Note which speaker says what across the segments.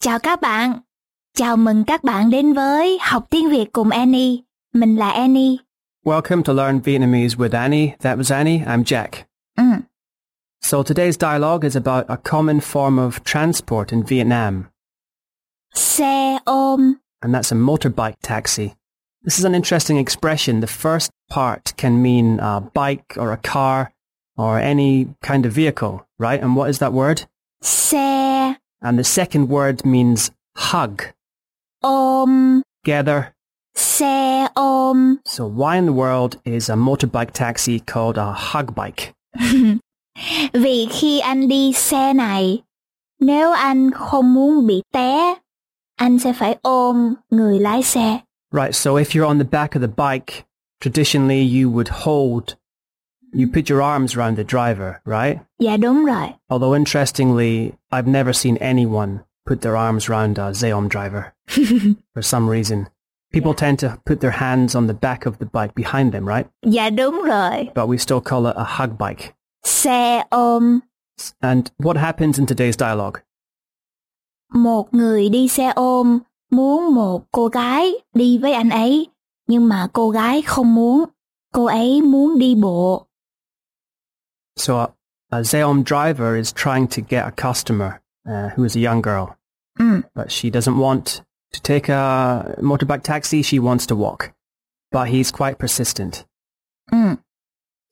Speaker 1: Chào các bạn. Chào mừng các bạn đến với Học tiếng Việt cùng Annie. Mình là Annie.
Speaker 2: Welcome to Learn Vietnamese with Annie. That was Annie. I'm Jack.
Speaker 1: Ừ.
Speaker 2: So today's dialogue is about a common form of transport in Vietnam,
Speaker 1: Xe ôm.
Speaker 2: and that's a motorbike taxi. This is an interesting expression. The first part can mean a bike or a car or any kind of vehicle, right? And what is that word?
Speaker 1: Xe
Speaker 2: And the second word means hug,
Speaker 1: ôm.
Speaker 2: gather.
Speaker 1: Xe ôm.
Speaker 2: So why in the world is a motorbike taxi called a hug bike?
Speaker 1: Vì khi anh đi xe này, nếu anh không muốn bị té, anh sẽ phải ôm người lái xe.
Speaker 2: Right, so if you're on the back of the bike, traditionally you would hold, you put your arms around the driver, right?
Speaker 1: Dạ đúng rồi.
Speaker 2: Although interestingly, I've never seen anyone put their arms around a Zeom driver for some reason. People tend to put their hands on the back of the bike behind them, right?
Speaker 1: Dạ đúng rồi.
Speaker 2: But we still call it a hug bike.
Speaker 1: Xe ôm.
Speaker 2: And what happens in today's dialogue?
Speaker 1: một người đi xe ôm muốn một cô gái đi với anh ấy nhưng mà cô gái không muốn cô ấy muốn đi bộ
Speaker 2: So a, a Zeom driver is trying to get a customer uh, who is a young girl.
Speaker 1: ừ,
Speaker 2: but she doesn't want to take a motorbike taxi. She wants to walk, but he's quite persistent.
Speaker 1: ừ.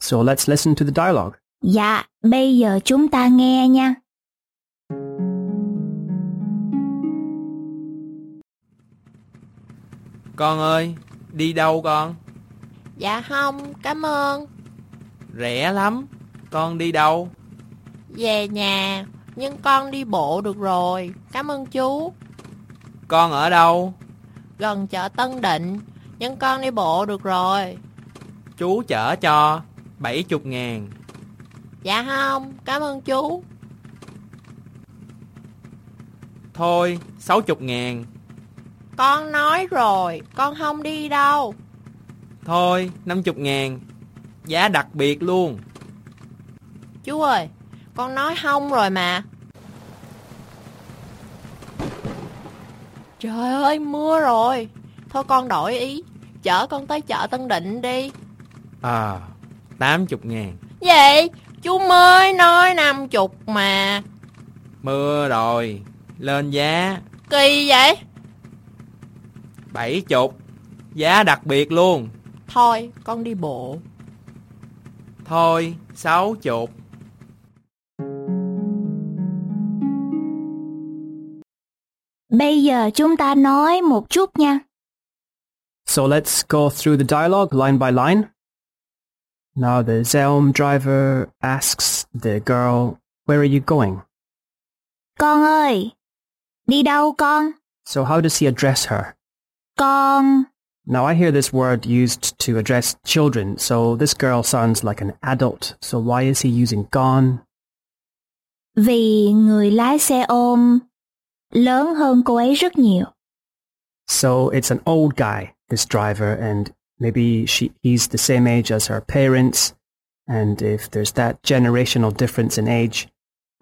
Speaker 2: So let's listen to the dialogue.
Speaker 1: dạ bây giờ chúng ta nghe nha
Speaker 3: Con ơi, đi đâu con?
Speaker 4: Dạ không, cảm ơn.
Speaker 3: Rẻ lắm. Con đi đâu?
Speaker 4: Về nhà, nhưng con đi bộ được rồi. Cảm ơn chú.
Speaker 3: Con ở đâu?
Speaker 4: Gần chợ Tân Định, nhưng con đi bộ được rồi.
Speaker 3: Chú chở cho. 70 ngàn.
Speaker 4: Dạ không, cảm ơn chú.
Speaker 3: Thôi, 60 ngàn.
Speaker 4: Con nói rồi, con không đi đâu.
Speaker 3: Thôi, 50 ngàn. Giá đặc biệt luôn.
Speaker 4: Chú ơi, con nói không rồi mà. Trời ơi, mưa rồi. Thôi con đổi ý, chở con tới chợ Tân Định đi.
Speaker 3: À, 80 ngàn.
Speaker 4: Vậy, chú mới nói năm chục mà.
Speaker 3: Mưa rồi. Lên giá
Speaker 4: Kỳ vậy?
Speaker 3: 70. Giá đặc biệt luôn.
Speaker 4: Thôi, con đi bộ.
Speaker 3: Thôi, 60.
Speaker 1: bây giờ chúng ta nói một chút nha
Speaker 2: So let's go through the dialogue line by line. Now the Zelm driver asks the girl, where are you going?
Speaker 1: con ơi đi đâu con
Speaker 2: So how does he address her?
Speaker 1: con
Speaker 2: Now I hear this word used to address children, so this girl sounds like an adult, so why is he using gone?
Speaker 1: vì người lái xe ôm lớn hơn cô ấy rất nhiều
Speaker 2: So it's an old guy, this driver, and maybe she, he's the same age as her parents. And if there's that generational difference in age,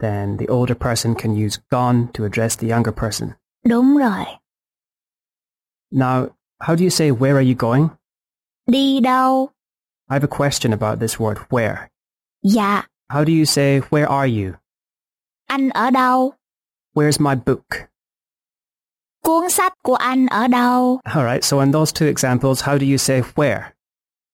Speaker 2: then the older person can use gone to address the younger person.
Speaker 1: đúng rồi
Speaker 2: Now, how do you say where are you going?
Speaker 1: đi đâu
Speaker 2: I have a question about this word where.
Speaker 1: dạ
Speaker 2: How do you say where are you?
Speaker 1: anh ở đâu
Speaker 2: Where's my book?
Speaker 1: cuốn sách của anh ở đâu
Speaker 2: All right, so in those two examples, how do you say where?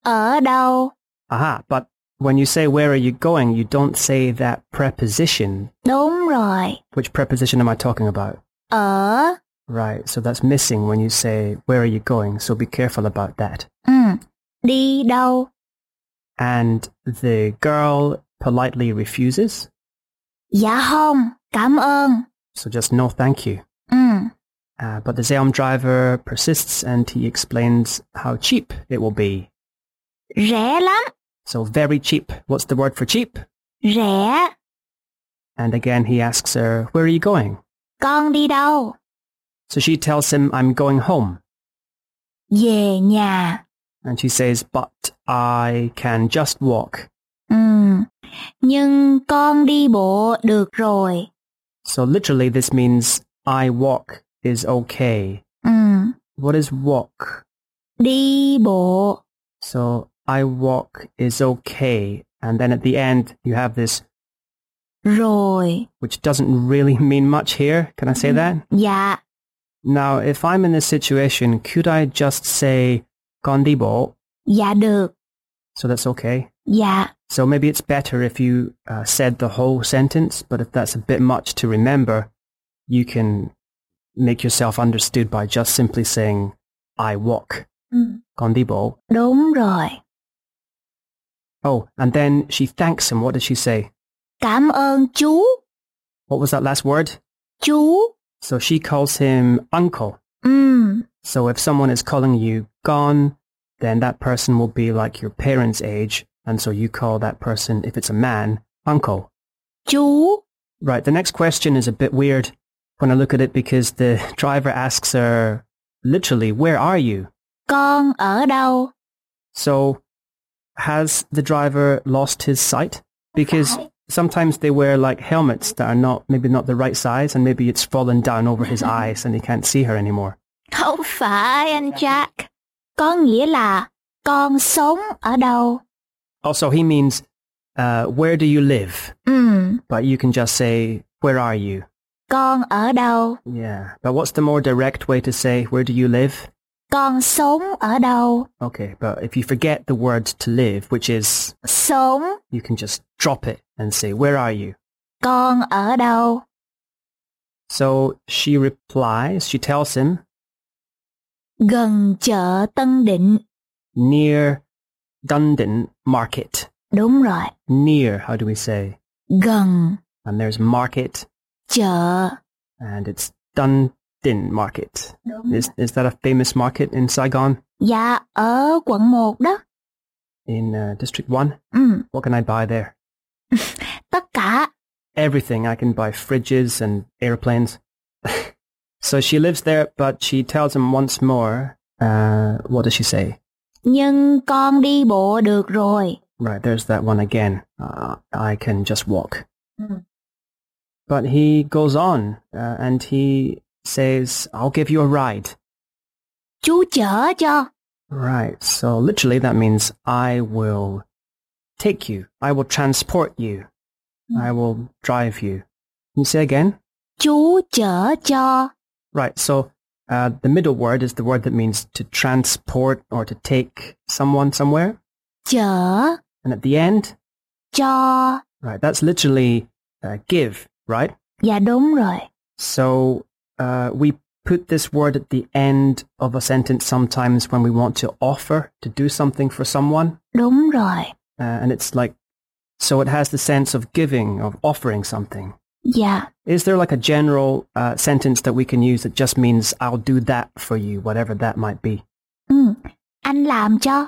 Speaker 1: ở đâu
Speaker 2: Aha, but when you say where are you going, you don't say that preposition.
Speaker 1: đúng rồi
Speaker 2: Which preposition am I talking about?
Speaker 1: ở
Speaker 2: Right, so that's missing when you say, where are you going? So be careful about that.
Speaker 1: ừ, đi đâu
Speaker 2: And the girl politely refuses,
Speaker 1: dạ không cảm ơn
Speaker 2: so just no thank you.
Speaker 1: ừ,
Speaker 2: Uh, but the Zeom driver persists and he explains how cheap it will be.
Speaker 1: rẻ lắm
Speaker 2: So very cheap. What's the word for cheap?
Speaker 1: rẻ
Speaker 2: And again, he asks her, where are you going?
Speaker 1: con đi đâu
Speaker 2: So she tells him, I'm going home.
Speaker 1: về nhà
Speaker 2: And she says, but I can just walk.
Speaker 1: ừ, nhưng con đi bộ được rồi
Speaker 2: So literally, this means I walk is okay.
Speaker 1: Ừ.
Speaker 2: What is walk?
Speaker 1: Đi bộ.
Speaker 2: So I walk is okay. And then at the end, you have this,
Speaker 1: Rồi.
Speaker 2: which doesn't really mean much here. Can I say that?
Speaker 1: Dạ.
Speaker 2: Now, if I'm in this situation, could I just say kondibo?
Speaker 1: Dạ được.
Speaker 2: So that's okay.
Speaker 1: Dạ.
Speaker 2: So maybe it's better if you uh, said the whole sentence, but if that's a bit much to remember, you can make yourself understood by just simply saying, I walk.
Speaker 1: Ừ.
Speaker 2: Kondibo.
Speaker 1: Đúng rồi.
Speaker 2: Oh, and then she thanks him. What does she say?
Speaker 1: Cảm ơn chú.
Speaker 2: What was that last word?
Speaker 1: Chú.
Speaker 2: So she calls him uncle.
Speaker 1: Ừ.
Speaker 2: So if someone is calling you gone, then that person will be like your parents' age. And so you call that person, if it's a man, uncle.
Speaker 1: Chú.
Speaker 2: Right. The next question is a bit weird when I look at it because the driver asks her literally, where are you?
Speaker 1: Con ở đâu?
Speaker 2: So has the driver lost his sight? Because
Speaker 1: Right.
Speaker 2: sometimes they wear like helmets that are not, maybe not the right size and maybe it's fallen down over his eyes and he can't see her anymore.
Speaker 1: Không phải anh Jack. Có nghĩa là con sống ở đâu?
Speaker 2: Also, he means, uh, where do you live?
Speaker 1: Ừ.
Speaker 2: But you can just say, where are you?
Speaker 1: Con ở đâu?
Speaker 2: Yeah. But what's the more direct way to say, where do you live?
Speaker 1: Con sống ở đâu?
Speaker 2: Okay. But if you forget the word to live, which is,
Speaker 1: Sống.
Speaker 2: you can just drop it and say, where are you?
Speaker 1: Con ở đâu?
Speaker 2: So she replies, she tells him,
Speaker 1: Gần chợ Tân Định.
Speaker 2: near Dundon Market.
Speaker 1: Đúng rồi.
Speaker 2: Near, how do we say?
Speaker 1: Gần
Speaker 2: And there's market
Speaker 1: chợ.
Speaker 2: and it's Dundon Market. Is, is that a famous market in Saigon?
Speaker 1: Dạ, ở quận 1 đó.
Speaker 2: In uh, District 1?
Speaker 1: Ừ,
Speaker 2: What can I buy there?
Speaker 1: tất cả.
Speaker 2: Everything. I can buy fridges and airplanes. so she lives there, but she tells him once more. Uh, what does she say?
Speaker 1: Nhưng con đi bộ được rồi.
Speaker 2: Right, there's that one again. Uh, I can just walk.
Speaker 1: Mm.
Speaker 2: But he goes on uh, and he says, I'll give you a ride.
Speaker 1: Chú chở cho.
Speaker 2: Right, so literally that means I will take you. I will transport you.
Speaker 1: Mm.
Speaker 2: I will drive you. Can you say again?
Speaker 1: Chú chở cho.
Speaker 2: Right. So uh, the middle word is the word that means to transport or to take someone somewhere.
Speaker 1: Chở
Speaker 2: And at the end,
Speaker 1: cho.
Speaker 2: right, that's literally uh, give, right?
Speaker 1: Dạ đúng rồi.
Speaker 2: So uh, we put this word at the end of a sentence sometimes when we want to offer to do something for someone.
Speaker 1: Đúng rồi.
Speaker 2: Uh, and it's like, so it has the sense of giving, of offering something.
Speaker 1: Dạ.
Speaker 2: Is there like a general uh, sentence that we can use that just means, I'll do that for you, whatever that might be?
Speaker 1: Ừ. Anh làm cho.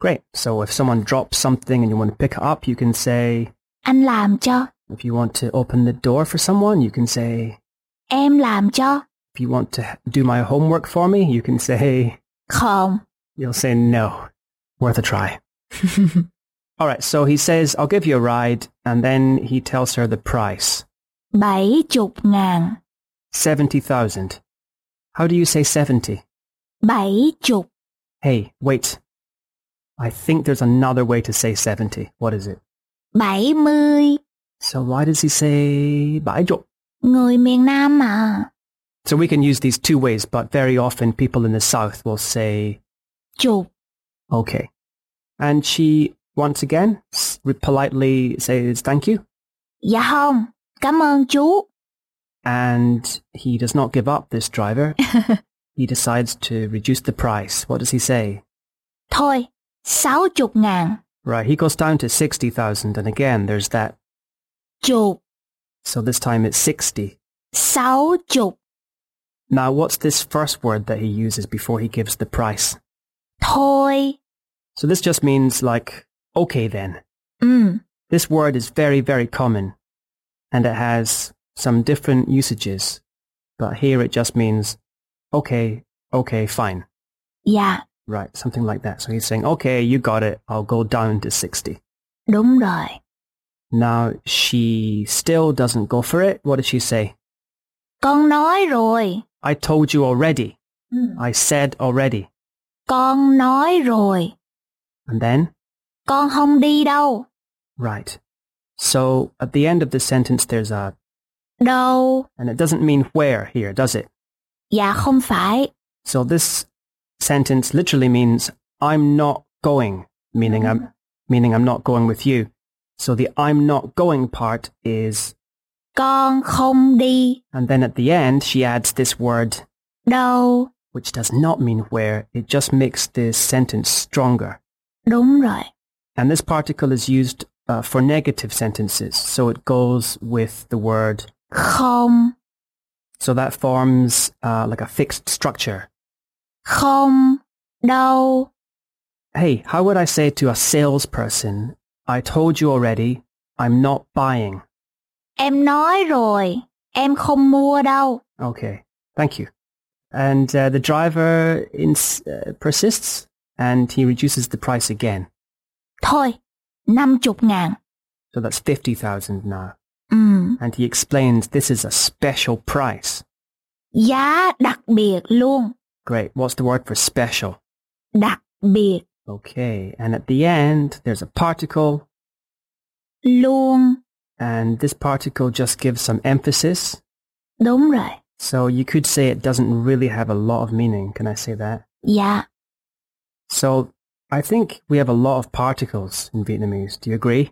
Speaker 2: Great. So if someone drops something and you want to pick it up, you can say,
Speaker 1: Anh làm cho.
Speaker 2: if you want to open the door for someone, you can say,
Speaker 1: Em làm cho.
Speaker 2: if you want to do my homework for me, you can say,
Speaker 1: Không.
Speaker 2: you'll say no. Worth a try. All right. So he says, I'll give you a ride. And then he tells her the price,
Speaker 1: Bảy chục ngàn.
Speaker 2: 70,000. How do you say 70?
Speaker 1: Bảy chục.
Speaker 2: Hey, wait. I think there's another way to say 70. What is it?
Speaker 1: Bảy mươi.
Speaker 2: So why does he say, 100?
Speaker 1: Người miền Nam mà.
Speaker 2: So we can use these two ways, but very often people in the South will say,
Speaker 1: Chục.
Speaker 2: okay. And she, once again, s- politely says thank you.
Speaker 1: Dạ không. Cảm ơn chú.
Speaker 2: And he does not give up this driver. he decides to reduce the price. What does he say?
Speaker 1: Thôi. Sáu chục ngàn.
Speaker 2: Right, he goes down to 60,000. And again, there's that.
Speaker 1: Chục.
Speaker 2: So this time it's 60.
Speaker 1: Sáu chục.
Speaker 2: Now, what's this first word that he uses before he gives the price?
Speaker 1: Thôi.
Speaker 2: So this just means like, okay then.
Speaker 1: Ừ.
Speaker 2: This word is very, very common and it has some different usages, but here it just means, okay, okay, fine.
Speaker 1: Dạ.
Speaker 2: Right, something like that. So he's saying, okay, you got it. I'll go down to 60.
Speaker 1: Đúng rồi.
Speaker 2: Now, she still doesn't go for it. What does she say?
Speaker 1: Con nói rồi.
Speaker 2: I told you already.
Speaker 1: Ừ.
Speaker 2: I said already.
Speaker 1: Con nói rồi.
Speaker 2: And then?
Speaker 1: Con không đi đâu.
Speaker 2: Right. So at the end of the sentence there's a,
Speaker 1: Đâu.
Speaker 2: and it doesn't mean where here, does it?
Speaker 1: Dạ không phải.
Speaker 2: So this sentence literally means I'm not going, meaning I'm meaning I'm not going with you. So the I'm not going part is
Speaker 1: Con không đi.
Speaker 2: and then at the end she adds this word
Speaker 1: Đâu.
Speaker 2: which does not mean where. It just makes this sentence stronger.
Speaker 1: Đúng rồi.
Speaker 2: And this particle is used uh, for negative sentences, so it goes with the word.
Speaker 1: Không.
Speaker 2: So that forms uh, like a fixed structure.
Speaker 1: Không. Đâu.
Speaker 2: Hey, how would I say to a salesperson, I told you already, I'm not buying?
Speaker 1: Em nói rồi. Em không mua đâu.
Speaker 2: Okay, thank you. And uh, the driver ins- uh, persists and he reduces the price again.
Speaker 1: Thôi. 50 ngàn.
Speaker 2: So that's 50,000 now.
Speaker 1: Ừ.
Speaker 2: And he explains this is a special price.
Speaker 1: Giá đặc biệt luôn.
Speaker 2: Great. What's the word for special?
Speaker 1: Đặc biệt.
Speaker 2: Okay. And at the end, there's a particle
Speaker 1: Luôn.
Speaker 2: and this particle just gives some emphasis.
Speaker 1: Đúng rồi.
Speaker 2: So you could say it doesn't really have a lot of meaning. Can I say that?
Speaker 1: Dạ.
Speaker 2: So I think we have a lot of particles in Vietnamese. Do you agree?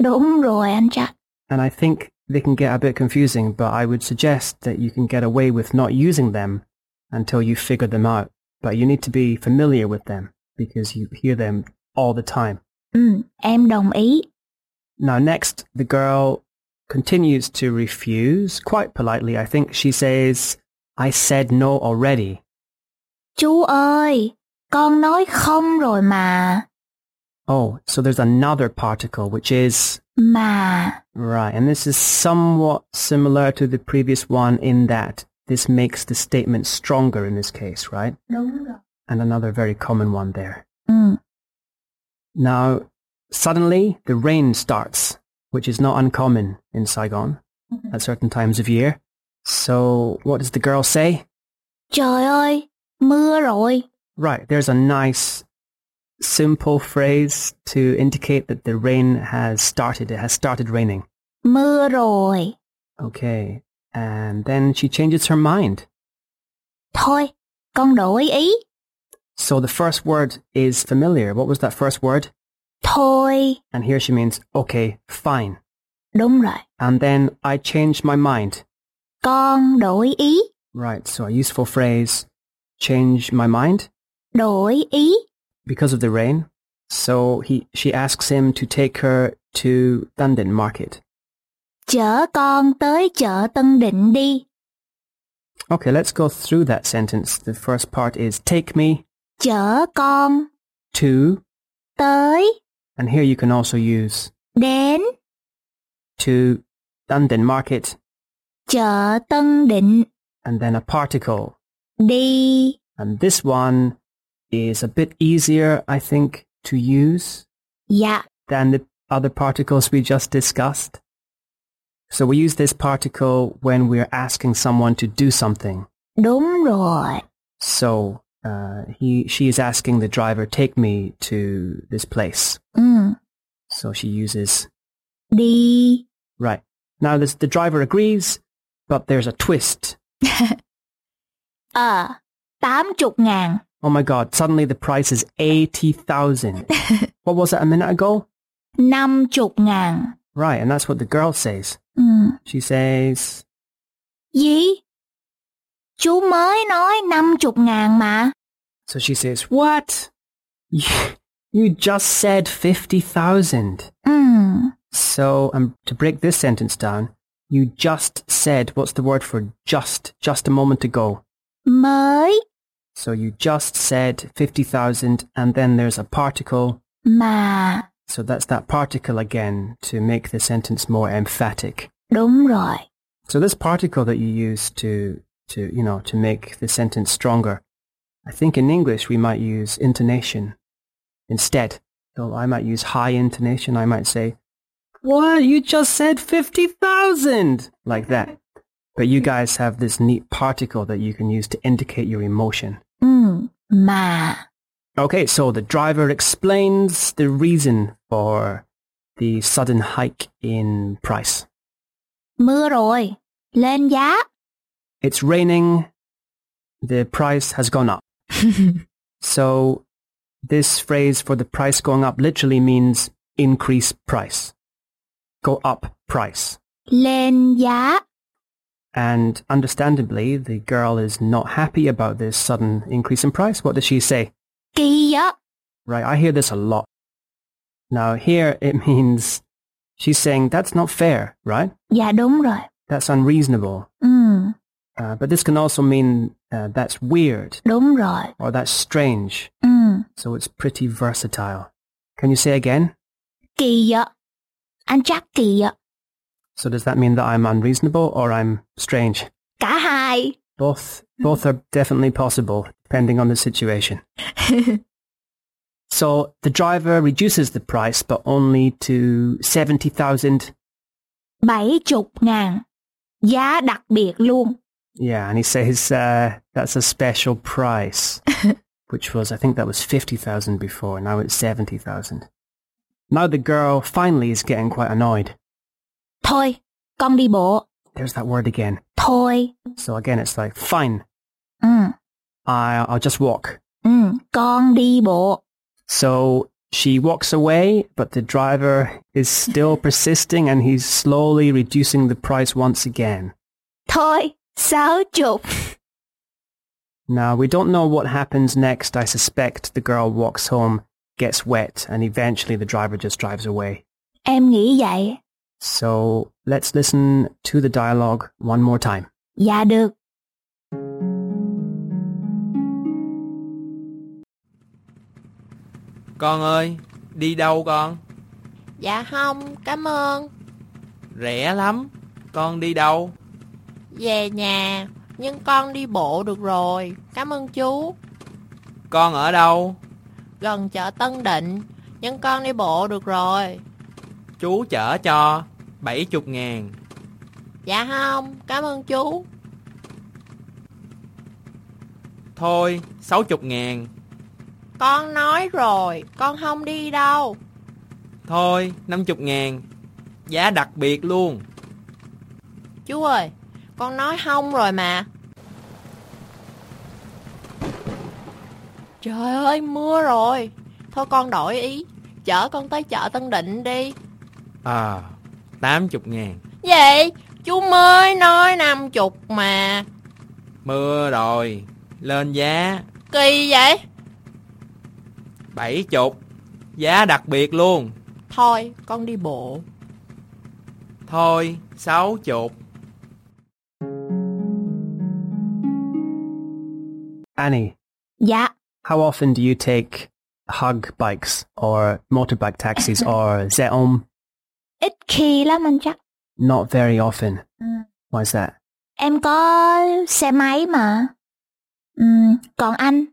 Speaker 1: Đúng rồi anh Trạch.
Speaker 2: and I think they can get a bit confusing, but I would suggest that you can get away with not using them until you figure them out. But you need to be familiar with them because you hear them all the time.
Speaker 1: Ừ. Em đồng ý.
Speaker 2: Now, next, the girl continues to refuse quite politely. I think she says, I said no already.
Speaker 1: Chú ơi. Con nói không rồi mà.
Speaker 2: Oh, so there's another particle, which is
Speaker 1: Mà.
Speaker 2: right. And this is somewhat similar to the previous one in that this makes the statement stronger in this case, right?
Speaker 1: Đúng rồi.
Speaker 2: and another very common one there.
Speaker 1: Ừ.
Speaker 2: Now, suddenly the rain starts, which is not uncommon in Saigon at certain times of year. So what does the girl say?
Speaker 1: Trời ơi. Mưa rồi.
Speaker 2: Right, there's a nice, simple phrase to indicate that the rain has started. It has started raining.
Speaker 1: Mưa rồi.
Speaker 2: Okay. And then she changes her mind.
Speaker 1: Thôi. Con đổi ý.
Speaker 2: So the first word is familiar. What was that first word?
Speaker 1: Thôi.
Speaker 2: And here she means, okay, fine.
Speaker 1: Đúng rồi.
Speaker 2: And then I changed my mind.
Speaker 1: Con đổi ý.
Speaker 2: Right, so a useful phrase, change my mind
Speaker 1: Đổi ý.
Speaker 2: because of the rain. So he, she asks him to take her to Dunedin Market.
Speaker 1: Chở con tới chợ Tân Định đi.
Speaker 2: Okay, let's go through that sentence. The first part is take me
Speaker 1: Chở con
Speaker 2: to,
Speaker 1: tới
Speaker 2: and here you can also use
Speaker 1: đến
Speaker 2: to Dunedin Market,
Speaker 1: chợ Tân Định
Speaker 2: and then a particle.
Speaker 1: đi.
Speaker 2: And this one is a bit easier, I think, to use
Speaker 1: Dạ,
Speaker 2: than the other particles we just discussed. So we use this particle when we're asking someone to do something.
Speaker 1: đúng rồi.
Speaker 2: So uh, he, she is asking the driver, take me to this place.
Speaker 1: Ừ,
Speaker 2: So she uses,
Speaker 1: đi.
Speaker 2: right. Now this, the driver agrees, but there's a twist.
Speaker 1: Ờ, tám chục ngàn.
Speaker 2: Oh my God, suddenly the price is 80,000. what was that a minute ago?
Speaker 1: Năm chục ngàn.
Speaker 2: Right, and that's what the girl says.
Speaker 1: Ừ.
Speaker 2: She says,
Speaker 1: Gì? Chú mới nói năm chục ngàn mà.
Speaker 2: So she says, What? You, you just said 50,000.
Speaker 1: Ừ,
Speaker 2: So um, to break this sentence down, you just said, what's the word for just, just a moment ago?
Speaker 1: mới
Speaker 2: So you just said 50,000 and then there's a particle.
Speaker 1: mà.
Speaker 2: So that's that particle again to make the sentence more emphatic.
Speaker 1: Đúng rồi.
Speaker 2: So this particle that you use to, to, you know, to make the sentence stronger, I think in English we might use intonation instead. So I might use high intonation. I might say, what? You just said 50,000! Like that. But you guys have this neat particle that you can use to indicate your emotion.
Speaker 1: Ừ, mà.
Speaker 2: Okay, so the driver explains the reason for the sudden hike in price.
Speaker 1: Mưa rồi. Lên giá.
Speaker 2: It's raining. The price has gone up. So this phrase for the price going up literally means increase price. Go up price.
Speaker 1: Lên giá.
Speaker 2: And understandably, the girl is not happy about this sudden increase in price. What does she say?
Speaker 1: Kỳ á.
Speaker 2: Right, I hear this a lot. Now here it means she's saying that's not fair, right?
Speaker 1: Dạ đúng rồi.
Speaker 2: That's unreasonable.
Speaker 1: Ừ,
Speaker 2: Uh, but this can also mean uh, that's weird
Speaker 1: đúng rồi.
Speaker 2: or that's strange.
Speaker 1: Ừ,
Speaker 2: So it's pretty versatile. Can you say again?
Speaker 1: kỳ á. Anh chắc kỳ á.
Speaker 2: So does that mean that I'm unreasonable or I'm strange?
Speaker 1: Cả hai.
Speaker 2: Both both are definitely possible depending on the situation. So the driver reduces the price but only to 70,000.
Speaker 1: Bảy chục ngàn. Giá đặc biệt luôn.
Speaker 2: Yeah, and he says uh, that's a special price, which was I think that was 50,000 before. Now it's 70,000. Now the girl finally is getting quite annoyed.
Speaker 1: Thôi, con đi bộ.
Speaker 2: There's that word again.
Speaker 1: Thôi.
Speaker 2: So again it's like fine,
Speaker 1: Ừ,
Speaker 2: I I'll just walk.
Speaker 1: ừ, con đi bộ.
Speaker 2: So she walks away, but the driver is still persisting and he's slowly reducing the price once again.
Speaker 1: Thôi, sáu chục.
Speaker 2: Now, we don't know what happens next. I suspect the girl walks home, gets wet, and eventually the driver just drives away.
Speaker 1: Em nghĩ vậy.
Speaker 2: So let's listen to the dialogue one more time.
Speaker 1: Dạ được.
Speaker 3: Con ơi, đi đâu con?
Speaker 4: Dạ không, cảm ơn.
Speaker 3: Rẻ lắm. Con đi đâu?
Speaker 4: Về nhà, nhưng con đi bộ được rồi. Cảm ơn chú.
Speaker 3: Con ở đâu?
Speaker 4: Gần chợ Tân Định, nhưng con đi bộ được rồi.
Speaker 3: Chú chở cho. 70 ngàn.
Speaker 4: Dạ không, cảm ơn chú.
Speaker 3: Thôi, 60 ngàn.
Speaker 4: Con nói rồi, con không đi đâu.
Speaker 3: Thôi, 50 ngàn. Giá đặc biệt luôn.
Speaker 4: Chú ơi, con nói không rồi mà. Trời ơi, mưa rồi. Thôi con đổi ý, chở con tới chợ Tân Định đi.
Speaker 3: À, 80 ngàn.
Speaker 4: Vậy, chú mới nói năm chục mà.
Speaker 3: Mưa rồi. Lên giá.
Speaker 4: Kỳ vậy?
Speaker 3: 70. Giá đặc biệt luôn.
Speaker 4: Thôi, con đi bộ.
Speaker 3: Thôi, 60.
Speaker 2: Annie,
Speaker 1: Dạ,
Speaker 2: how often do you take hug bikes or motorbike taxis or Zeom?
Speaker 1: ít khi lắm anh chắc.
Speaker 2: Not very often.
Speaker 1: Mm.
Speaker 2: Why is that?
Speaker 1: Em có xe máy mà. Ừm, còn anh?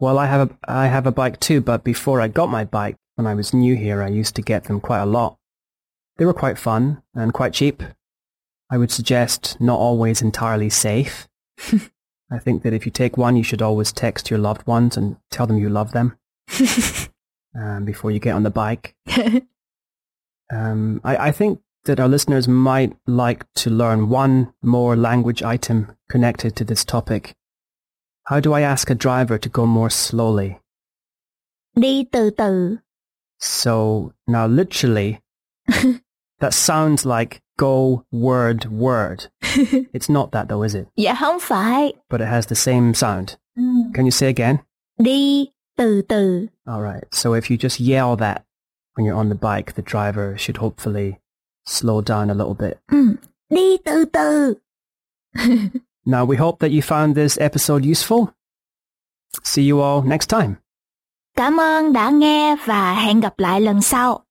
Speaker 2: Well, I have a I have a bike too, but before I got my bike, when I was new here, I used to get them quite a lot. They were quite fun and quite cheap. I would suggest not always entirely safe. I think that if you take one, you should always text your loved ones and tell them you love them um, before you get on the bike. Um, I, I think that our listeners might like to learn one more language item connected to this topic. How do I ask a driver to go more slowly?
Speaker 1: Đi từ từ.
Speaker 2: So now literally, that sounds like go word word. it's not that though, is it?
Speaker 1: Dạ không phải.
Speaker 2: But it has the same sound. Can you say again?
Speaker 1: Ừ, Đi từ từ.
Speaker 2: All right. So if you just yell that when you're on the bike, the driver should hopefully slow down a little bit.
Speaker 1: Ừm, Ừ, Đi từ từ.
Speaker 2: Now we hope that you found this episode useful. See you all next time.
Speaker 1: Cảm ơn đã nghe và hẹn gặp lại lần sau.